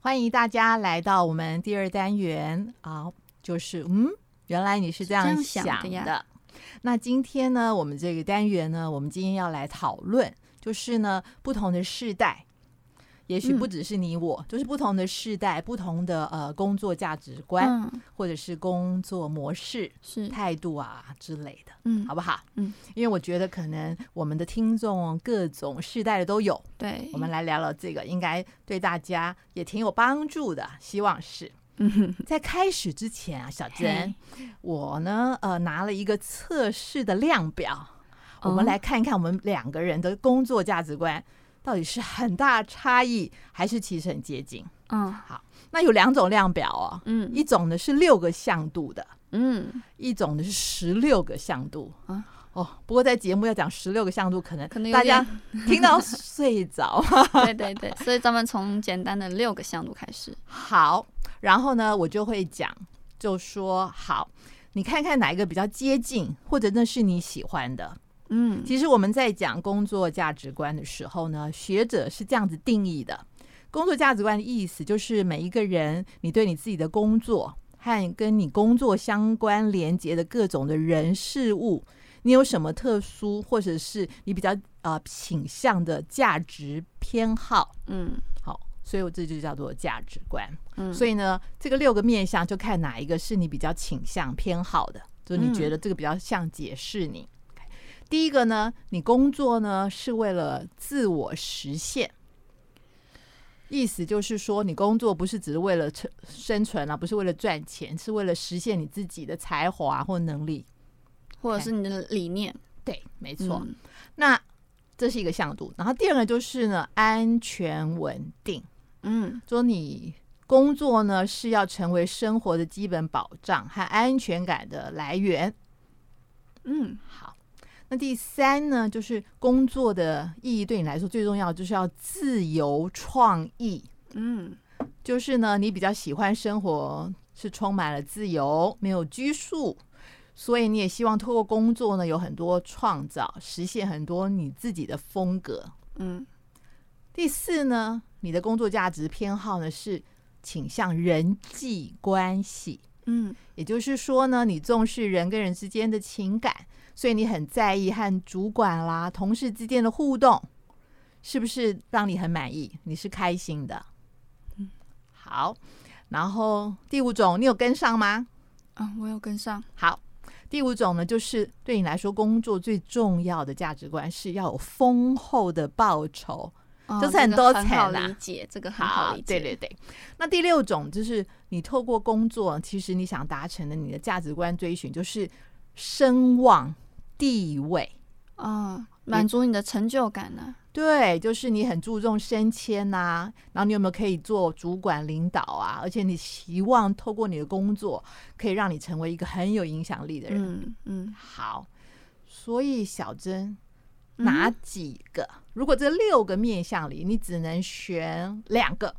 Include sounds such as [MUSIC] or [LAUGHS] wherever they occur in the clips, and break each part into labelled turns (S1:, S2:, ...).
S1: 欢迎大家来到我们第二单元啊，就是嗯，原来你是这样
S2: 是这样想的呀
S1: 的那今天呢，我们这个单元呢，我们今天要来讨论，就是呢，不同的世代，也许
S2: 嗯
S1: 不只是你我，就是不同的世代，不同的呃工作价值观、
S2: 嗯，
S1: 或者是工作模式、
S2: 是，
S1: 态度啊之类的，
S2: 嗯
S1: 好，不好？
S2: 嗯，
S1: 因为我觉得可能我们的听众哦各种世代的都有，
S2: 对，
S1: 我们来聊聊这个，应该对大家也挺有帮助的，希望是。
S2: 嗯哼
S1: 在开始之前啊，小珍
S2: 嘿，
S1: 我呢，呃，拿了一个测试的量表，我们
S2: 哦
S1: 来看一看我们两个人的工作价值观到底是很大差异，还是其实很接近。
S2: 嗯
S1: 那有两种量表哦，
S2: 嗯
S1: 一种呢是六个向度的，
S2: 嗯，
S1: 一种呢是十六个向度
S2: 啊。
S1: 哦，不过在节目要讲十六个向度，可能
S2: 可能有
S1: 大家
S2: 点
S1: 听到 [LAUGHS] 睡着。
S2: 对对对，所以咱们从简单的六个向度开始。
S1: 好，然后呢，我就会讲，就说好，你看看哪一个比较接近，或者那是你喜欢的。
S2: 嗯
S1: 其实我们在讲工作价值观的时候呢，学者是这样子定义的：工作价值观的意思就是每一个人你对你自己的工作和跟你工作相关连接的各种的人事物，你有什么特殊或者是你比较呃倾向的价值偏好。
S2: 嗯
S1: 好，所以我这就叫做价值观。
S2: 嗯，
S1: 所
S2: 以
S1: 以呢，这个六个面相就看哪一个是你比较倾向偏好的，就是你
S2: 嗯
S1: 觉得这个比较像解释你。第一个呢，你工作呢是为了自我实现，意思就是说你工作不是只是为了成生存啊，不是为了赚钱，是为了实现你自己的才华或能力。
S2: 或者是你的理念，
S1: 对，没错。
S2: 嗯
S1: 那这是一个向度，然后第二个就是呢，安全稳定。
S2: 嗯
S1: 说你工作呢是要成为生活的基本保障和安全感的来源。
S2: 嗯
S1: 好，那第三呢，就是工作的意义对你来说最重要，就是要自由创意。
S2: 嗯
S1: 就是呢，你比较喜欢生活是充满了自由，没有拘束，所以你也希望透过工作呢有很多创造，实现很多你自己的风格。
S2: 嗯
S1: 第四呢，你的工作价值偏好呢是倾向人际关系，
S2: 嗯
S1: 也就是说呢，你重视人跟人之间的情感，所以你很在意和主管啦、同事之间的互动，是不是让你很满意？你是开心的。好，然后第五种，你有跟上吗？
S2: 啊，我有跟上。
S1: 好，第五种呢，就是对你来说，工作最重要的价值观是要有丰厚的报酬。
S2: 哦
S1: 就是
S2: 这
S1: 很
S2: 个
S1: 多
S2: 很
S1: 层
S2: 好
S1: 啊
S2: 理解，这个很好理解。
S1: 对对对。那第六种就是你透过工作，其实你想达成的你的价值观追寻，就是声望、地位。
S2: 哦，满足你的成就感呢、
S1: 对，就是你很注重升迁呐、然后你有没有可以做主管领导啊？而且你希望透过你的工作，可以让你成为一个很有影响力的人。
S2: 嗯嗯，
S1: 好，所以小珍
S2: 嗯
S1: 哪几个？如果这六个面相里，你只能选两个，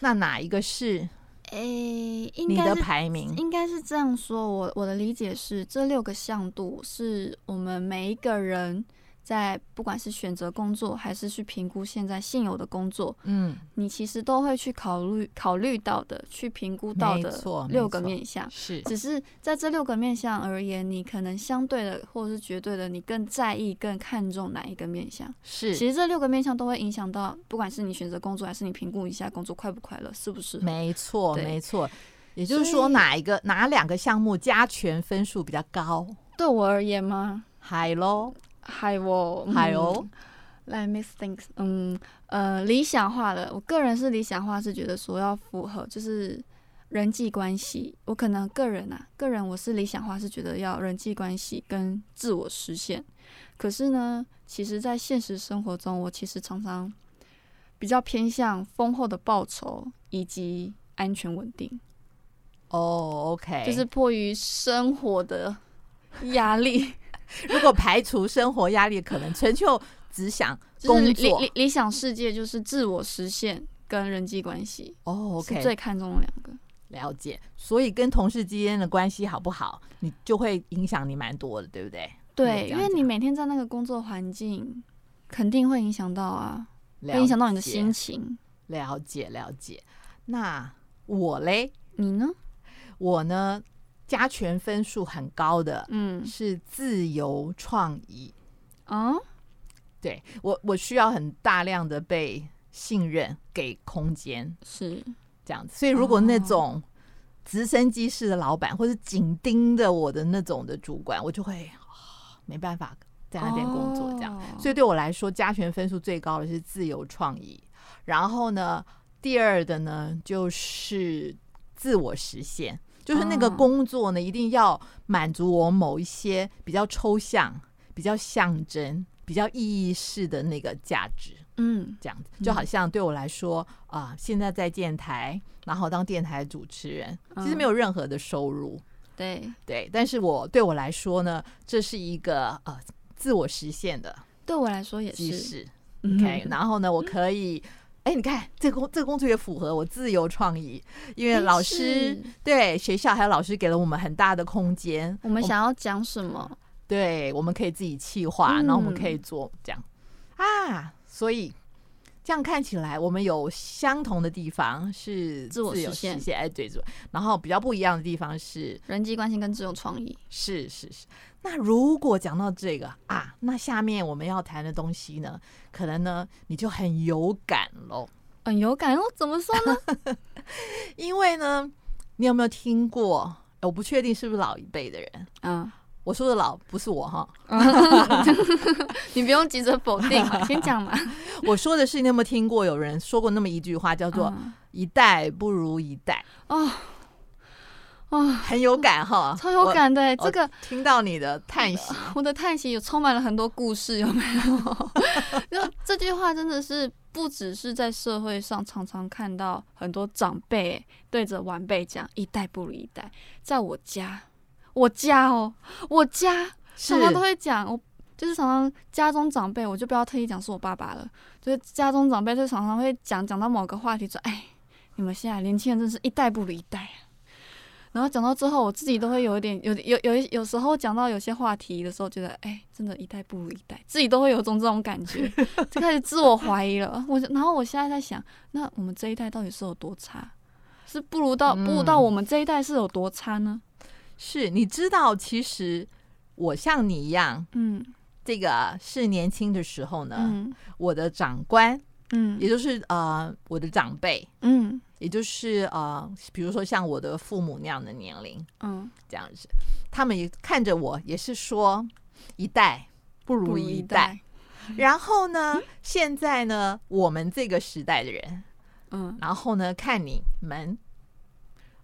S1: 那哪一个是
S2: 诶、应
S1: 你
S2: 该
S1: 的
S2: 是
S1: 排名？
S2: 应该是这样说，我我的理解是，这六个向度是我们每一个人在不管是选择工作，还是去评估现在现有的工作，
S1: 嗯，
S2: 你其实都会去考虑考虑到的，去评估到
S1: 没
S2: 的
S1: 错没
S2: 六个
S1: 错
S2: 面向。
S1: 是
S2: 只是在这六个面向而言，你可能相对的或者是绝对的，你更在意、更看重哪一个面向？
S1: 是，
S2: 其实这六个面向都会影响到，不管是你选择工作，还是你评估一下工作快不快乐，适不适合。
S1: 没错
S2: 对
S1: 没错。也就是
S2: 所
S1: 说，
S2: 以
S1: 哪一个哪两个项目加权分数比较高？
S2: 对我而言吗？
S1: 嗨喽，
S2: 嗨我，
S1: 嗨
S2: 哦。
S1: 哦，
S2: Let me think，嗯呃，理想化的，我个人是理想化，是觉得说要符合就是人际关系。我可能个人啊，个人我是理想化，是觉得要人际关系跟自我实现。可是呢，其实，在现实生活中，我其实常常比较偏向丰厚的报酬以及安全稳定，
S1: 哦，OK，
S2: 就是迫于生活的压
S1: [LAUGHS]
S2: 力，
S1: 如果排除生活压力，可能陈就只想
S2: 就是
S1: 工
S2: 理理
S1: 作。
S2: 理理想世界就是自我实现跟人际关系。
S1: 哦
S2: 是
S1: ，OK，
S2: 最看重的两个。
S1: 了解，所以跟同事之间的关系好不好，你就会影响你蛮多的，对不对？可
S2: 对，
S1: 以这样
S2: 因为你
S1: 讲
S2: 每天在那个工作环境，肯定会影响到啊，会
S1: 了
S2: 影响到你的
S1: 解
S2: 心情。
S1: 了解了解。那我嘞，
S2: 你呢？
S1: 我呢，加权分数很高的
S2: 嗯，
S1: 是自由创意。
S2: 哦，
S1: 对我，我需要很大量的被信任给空间，
S2: 是，
S1: 这样子。所以如果那种直升机式的老板，或者紧盯着我的那种的主管，我就会、啊没办法在那边工作这样。
S2: 哦
S1: 所以对我来说，加权分数最高的是自由创意，然后呢，第二的呢就是自我实现，就是那个
S2: 哦
S1: 工作呢一定要满足我某一些比较抽象、比较象征、比较意义式的那个价值。
S2: 嗯，
S1: 这样子，就好像对我来说啊、现在在电台，然后当电台主持人，其实
S2: 嗯
S1: 没有任何的收入，
S2: 对，
S1: 对，但是我对我来说呢，这是一个呃自我实现的
S2: 对我来说也
S1: 机
S2: 是。
S1: 制。
S2: 嗯
S1: OK，然后呢，我可以，哎，你看这个工这个工作也符合我自由创意，因为
S2: 哎
S1: 老师
S2: 是
S1: 对学校还有老师给了我们很大的空间，
S2: 我们想要讲什么？
S1: 对，我们可以自己企划，
S2: 嗯
S1: 然后我们可以做这样啊，所以这样看起来，我们有相同的地方是
S2: 自我实
S1: 由
S2: 现
S1: 哎，对，自我然后比较不一样的地方是
S2: 人际关系跟自由创意。
S1: 是是是。那如果讲到这个啊，那下面我们要谈的东西呢，可能呢你就很有感喽，
S2: 嗯，有感哦，怎么说 [LAUGHS] 呢？
S1: 因为呢，你有没有听过？哎我不确定是不是老一辈的人，
S2: 嗯，
S1: 我说的老不是我哈，
S2: 你不用急着否定
S1: [LAUGHS]
S2: 嘛，先讲嘛。
S1: 我说的是你有没有听过有人说过那么一句话叫做
S2: 嗯
S1: 一代不如一代，
S2: 哦，哦，
S1: 很有感哈，
S2: [LAUGHS] 超有，感嗯的欸，
S1: 啊我
S2: 这个
S1: 听到你的叹息，
S2: [LAUGHS] 我的叹息有充满了很多故事，有没有？ [LAUGHS] 就这句话真的是不只是在社会上常常看到很多长辈对着晚辈讲“一代不如一代”，在我家，我家哦，我家
S1: 是
S2: 常常都会讲，我就是常常家中长辈，我就不要特意讲是我爸爸了，就是家中长辈就常常会讲讲到某个话题说，哎，你们现在年轻人真是一代不如一代啊。然后讲到之后，我自己都会有一点有有有有时候讲到有些话题的时候，觉得哎，真的一代不如一代，自己都会有种这种感觉，就开始自我怀疑了。我就然后我现在在想，那我们这一代到底是有多差？是不如到不如到
S1: 嗯
S2: 我们这一代是有多差呢？
S1: 是，你知道，其实我像你一样，
S2: 嗯
S1: 这个是年轻的时候呢，
S2: 嗯
S1: 我的长官，
S2: 嗯
S1: 也就是呃我的长辈，
S2: 嗯
S1: 也就是呃比如说像我的父母那样的年龄
S2: 嗯，
S1: 这样子，他们也看着我，也是说一代不
S2: 不
S1: 如
S2: 如
S1: 一
S2: 一
S1: 代。
S2: 代， [LAUGHS]
S1: 然后呢，现在呢，我们这个时代的人，
S2: 嗯
S1: 然后呢，看你们，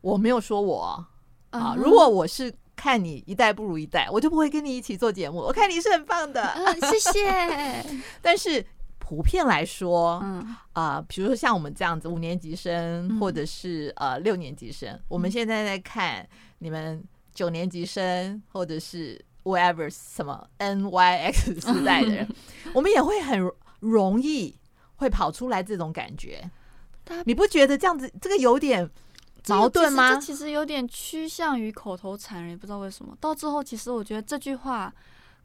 S1: 我没有说我啊
S2: 嗯，
S1: 如果我是看你一代不如一代，我就不会跟你一起做节目。我看你是很棒
S2: [LAUGHS]
S1: 的，
S2: 嗯，
S1: [LAUGHS]
S2: 谢谢。
S1: 但是普遍来说
S2: 嗯
S1: 啊、比如说像我们这样子五年级生，
S2: 嗯
S1: 或者是呃六年级生，我们现在在看你们九年级生，或者是 whatever 什么 N Y
S2: [LAUGHS]
S1: X 时代的人，我们也会很容易会跑出来这种感觉
S2: 大家。
S1: 你不觉得这样子这个有点
S2: 这个
S1: 矛盾
S2: 其实
S1: 吗
S2: 这？其实有点趋向于口头禅了，也不知道为什么。到最后，其实我觉得这句话，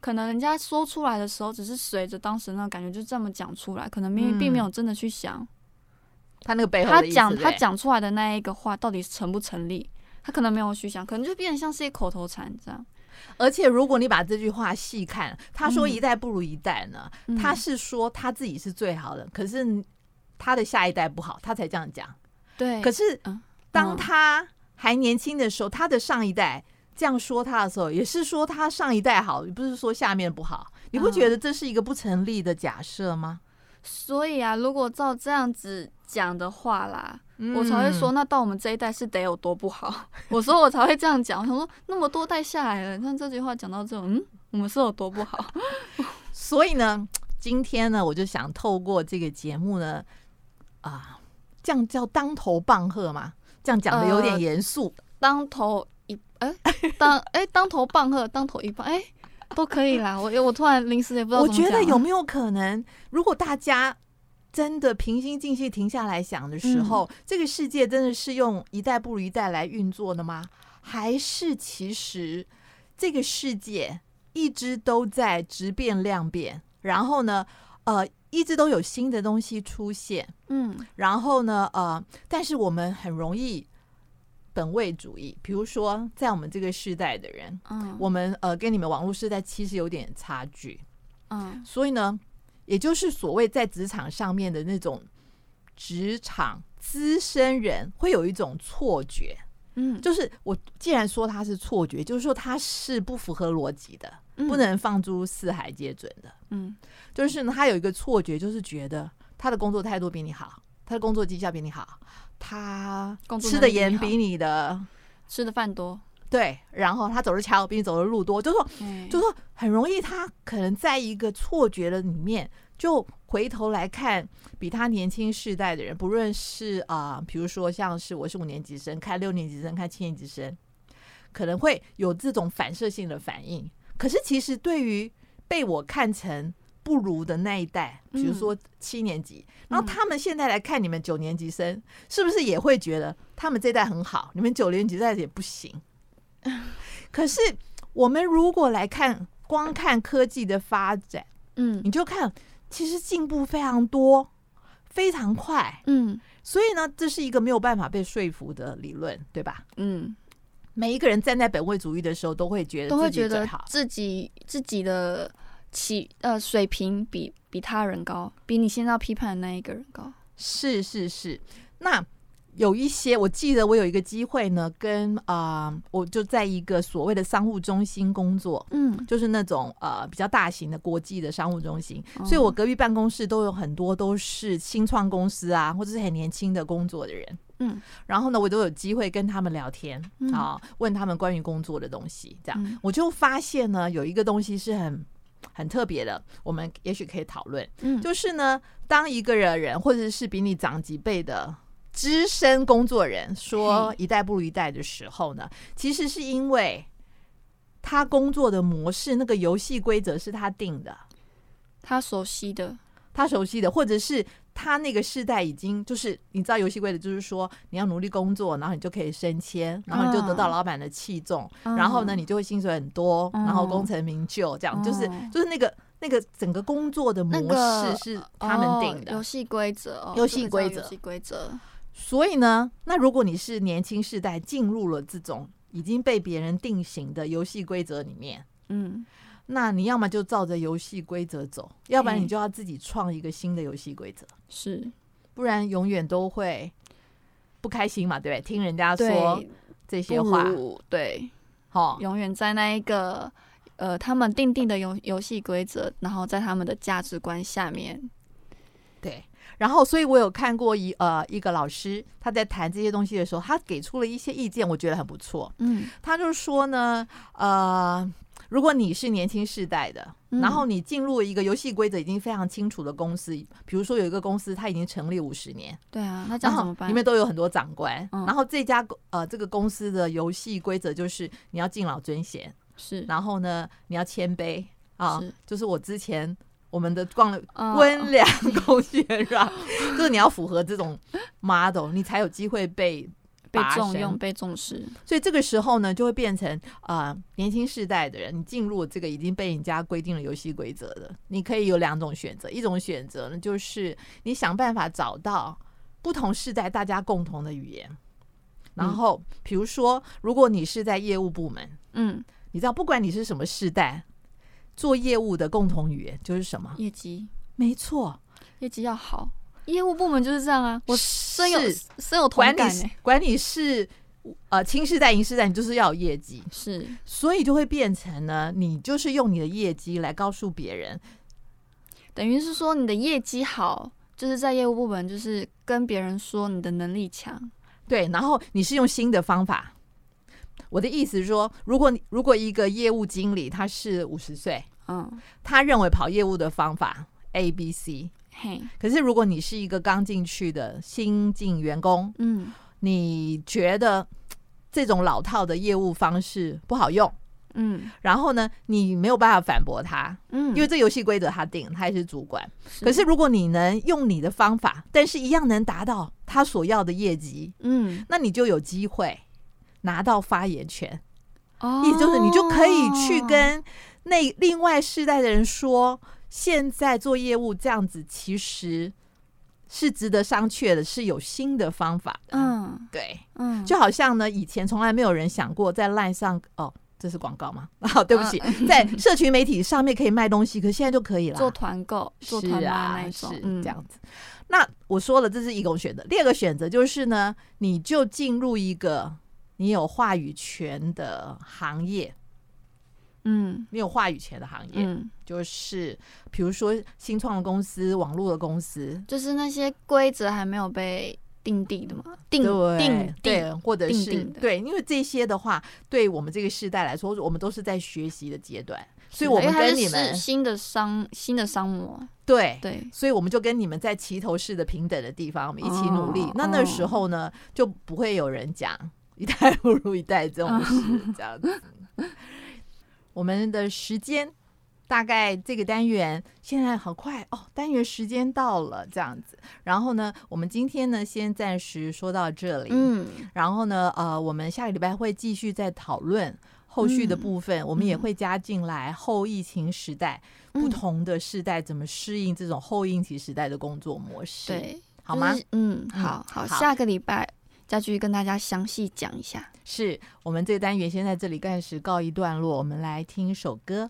S2: 可能人家说出来的时候，只是随着当时那个感觉就这么讲出来，可能
S1: 嗯
S2: 并并没有真的去想、
S1: 他那个背后
S2: 他
S1: 的意思
S2: 讲
S1: 对
S2: 他讲出来的那一个话到底成不成立，他可能没有去想，可能就变得像是一口头禅这样。
S1: 而且如果你把这句话细看，他说
S2: 嗯
S1: 一代不如一代呢，
S2: 嗯
S1: 他是说他自己是最好的，可是他的下一代不好，他才这样讲。
S2: 对，
S1: 可是
S2: 嗯
S1: 当
S2: 嗯
S1: 他还年轻的时候，他的上一代这样说他的时候，也是说他上一代好，也不是说下面不好。你不
S2: 嗯
S1: 觉得这是一个不成立的假设吗？
S2: 所以啊，如果照这样子讲的话啦，我才会说，
S1: 嗯
S2: 那到我们这一代是得有多不好。我说我才会这样讲，我想说那么多代下来了，那这句话讲到这种，嗯，我们是有多不好？
S1: [LAUGHS] 所以呢，今天呢，我就想透过这个节目呢，啊，这样叫当头棒喝嘛，这样讲的有点
S2: 呃
S1: 严肃。
S2: 当头一哎、当哎、当头棒喝，当头一棒哎、都可以啦。我我突然临时也不知道
S1: 我
S2: 怎么
S1: 觉
S2: 讲啊
S1: 得有没有可能，如果大家真的平心静气停下来想的
S2: 嗯
S1: 时候，这个世界真的是用一代不如一代来运作的吗？还是其实这个世界一直都在质变量变，然后呢，呃，一直都有新的东西出现。
S2: 嗯
S1: 然后呢，呃，但是我们很容易本位主义，比如说在我们这个世代的人，
S2: 嗯，
S1: 我们呃跟你们网络世代其实有点差距，
S2: 嗯
S1: 所以呢，也就是所谓在职场上面的那种职场资深人会有一种错觉，
S2: 嗯，
S1: 就是我既然说他是错觉，就是说他是不符合逻辑的，不
S2: 嗯
S1: 能放诸四海皆准的。
S2: 嗯
S1: 就是呢他有一个错觉，就是觉得他的工作态度比你好，他的工作绩效比你好，他
S2: 工作
S1: 吃的
S2: 能力比你
S1: 盐
S2: 好
S1: 比你的
S2: 吃的饭多，
S1: 对，然后他走的桥比你走的路多，就说
S2: 哎
S1: 就说很容易，他可能在一个错觉的里面，就回头来看比他年轻世代的人，不论是啊、比如说像是我是五年级生，看六年级生，看七年级生，可能会有这种反射性的反应。可是其实对于被我看成不如的那一代，比如说七年级，然后他们现在来看你们九年级生，是不是也会觉得他们这代很好，你们九年级代也不行？
S2: 嗯
S1: 可是我们如果来看，光看科技的发展，
S2: 嗯
S1: 你就看，其实进步非常多，非常快。
S2: 嗯
S1: 所以呢，这是一个没有办法被说服的理论，对吧？
S2: 嗯，
S1: 每一个人站在本位主义的时候，都会觉得
S2: 都会
S1: 自己
S2: 觉
S1: 最
S2: 得
S1: 好。
S2: 自己自己的起呃水平比比他人高，比你现在要批判的那一个人高。
S1: 是是是。那有一些，我记得我有一个机会呢，跟啊、呃我就在一个所谓的商务中心工作，
S2: 嗯，
S1: 就是那种呃比较大型的国际的商务中心，
S2: 哦
S1: 所以我隔壁办公室都有很多都是新创公司啊，或者是很年轻的工作的人。
S2: 嗯
S1: 然后呢，我都有机会跟他们聊天啊、
S2: 嗯
S1: 问他们关于工作的东西。这样，
S2: 嗯
S1: 我就发现呢，有一个东西是很很特别的，我们也许可以讨论。
S2: 嗯
S1: 就是呢，当一个人或者是比你长几辈的资深工作人说
S2: 嘿
S1: 一代不如一代的时候呢，其实是因为他工作的模式、那个游戏规则是他定的，
S2: 他熟悉的，
S1: 他熟悉的，或者是他那个世代已经就是你知道游戏规则，就是说你要努力工作，然后你就可以升迁，然后你就得到老板的器重，然后呢，
S2: 嗯
S1: 你就会薪水很多，
S2: 嗯
S1: 然后功成名就，这样、就是
S2: 哦
S1: 就是那个那个整个工作的模
S2: 那个
S1: 式是他们定的。
S2: 哦游戏规则哦，
S1: 游戏
S2: 这个叫
S1: 规则
S2: 游戏规则，
S1: 所以呢，那如果你是年轻世代进入了这种已经被别人定型的游戏规则里面，
S2: 嗯
S1: 那你要么就照着游戏规则走，要不然
S2: 嗯
S1: 你就要自己创一个新的游戏规则，
S2: 是
S1: 不然永远都会不开心嘛，对不对？听人家说
S2: 对，
S1: 这些
S2: 不
S1: 话，
S2: 如对，
S1: 哦，
S2: 永远在那一个呃他们定定的游游戏规则，然后在他们的价值观下面，
S1: 对。然后，所以我有看过一呃一个老师，他在谈这些东西的时候，他给出了一些意见，我觉得很不错。
S2: 嗯
S1: 他就说呢，呃，如果你是年轻世代的，
S2: 嗯
S1: 然后你进入一个游戏规则已经非常清楚的公司，比如说有一个公司它已经成立五十年，
S2: 对啊，那这
S1: 然
S2: 样
S1: 后
S2: 怎么办
S1: 里？面都有很多长官，
S2: 嗯
S1: 然后这家公呃这个公司的游戏规则就是你要敬老尊贤，
S2: 是
S1: 然后呢你要谦卑啊，
S2: 是
S1: 就是我之前。我们的逛了
S2: 嗯
S1: 温良恭俭让， [LAUGHS] 就是你要符合这种 model，你才有机会被
S2: 被
S1: 拔
S2: 重
S1: 升
S2: 用、被重视，
S1: 所以这个时候呢，就会变成啊、呃年轻世代的人，你进入这个已经被人家规定了游戏规则的，你可以有两种选择，一种选择呢就是你想办法找到不同世代大家共同的语言，然后比如说，如果你是在业务部门，
S2: 嗯，
S1: 你知道不管你是什么世代，做业务的共同语言就是什么？
S2: 业绩
S1: 没错，
S2: 业绩要好，业务部门就是这样啊，我
S1: 是
S2: 深有深有同
S1: 管理
S2: 感
S1: 是
S2: 欸
S1: 管理是呃轻世代、银世代，你就是要有业绩。
S2: 是
S1: 所以就会变成呢，你就是用你的业绩来告诉别人，
S2: 等于是说你的业绩好，就是在业务部门就是跟别人说你的能力强，
S1: 对，然后你是用新的方法。我的意思是说，如果你如果一个业务经理他是五十岁，
S2: 嗯，
S1: 他认为跑业务的方法 A、B、C，
S2: 嘿，
S1: 可是如果你是一个刚进去的新进员工，
S2: 嗯
S1: 你觉得嘖这种老套的业务方式不好用，
S2: 嗯
S1: 然后呢，你没有办法反驳他，
S2: 嗯，
S1: 因为这游戏规则他定，他也是主管。
S2: 是
S1: 可是如果你能用你的方法，但是一样能达到他所要的业绩，
S2: 嗯，
S1: 那你就有机会拿到发言权。
S2: 哦，
S1: 意思就是你就可以去跟那另外世代的人说，现在做业务这样子其实是值得商榷的，是有新的方法的。，
S2: 嗯
S1: 对，
S2: 嗯，
S1: 就好像呢，以前从来没有人想过在 LINE 上哦。这是广告吗？ [LAUGHS] 好、对不起，
S2: 嗯
S1: 在社群媒体上面可以卖东西，可现在就可以了。
S2: 做团购、做
S1: 是
S2: 团妈
S1: 啊，
S2: 那一
S1: 是
S2: 种，嗯，
S1: 这样子。那我说了，这是一种选择。第二个选择就是呢，你就进入一个你有话语权的行业，
S2: 嗯
S1: 你有话语权的行业，
S2: 嗯，
S1: 就是比如说新创的公司、网络的公司，
S2: 就是那些规则还没有被定定的嘛，定
S1: 对
S2: 定
S1: 对，
S2: 定，
S1: 或者
S2: 定
S1: 是
S2: 定的
S1: 对，因为这些的话，对我们这个世代来说，我们都是在学习的阶段，所以我
S2: 因为
S1: 们
S2: 它
S1: 跟
S2: 是
S1: 你
S2: 是
S1: 们
S2: 新的商新的商模，
S1: 对
S2: 对，
S1: 所以我们就跟你们在齐头式的平等的地方，我们一起努力。
S2: 哦
S1: 那那时候呢，就不会有人讲“一代不如一代”这种事，这样子。我们的时间大概这个单元现在好快哦，单元时间到了，这样子。然后呢，我们今天呢先暂时说到这里。
S2: 嗯，
S1: 然后呢，呃，我们下个礼拜会继续再讨论后续
S2: 嗯
S1: 的部分，我们也会加进来后疫情时代、
S2: 嗯
S1: 不同的世代怎么适应这种后疫情时代的工作模式，，
S2: 对，
S1: 好吗？
S2: 就是？嗯，
S1: 嗯
S2: 好好，
S1: 好
S2: 下个礼拜再去跟大家详细讲一下。
S1: 是我们这个单元先在这里暂时告一段落，我们来听一首歌。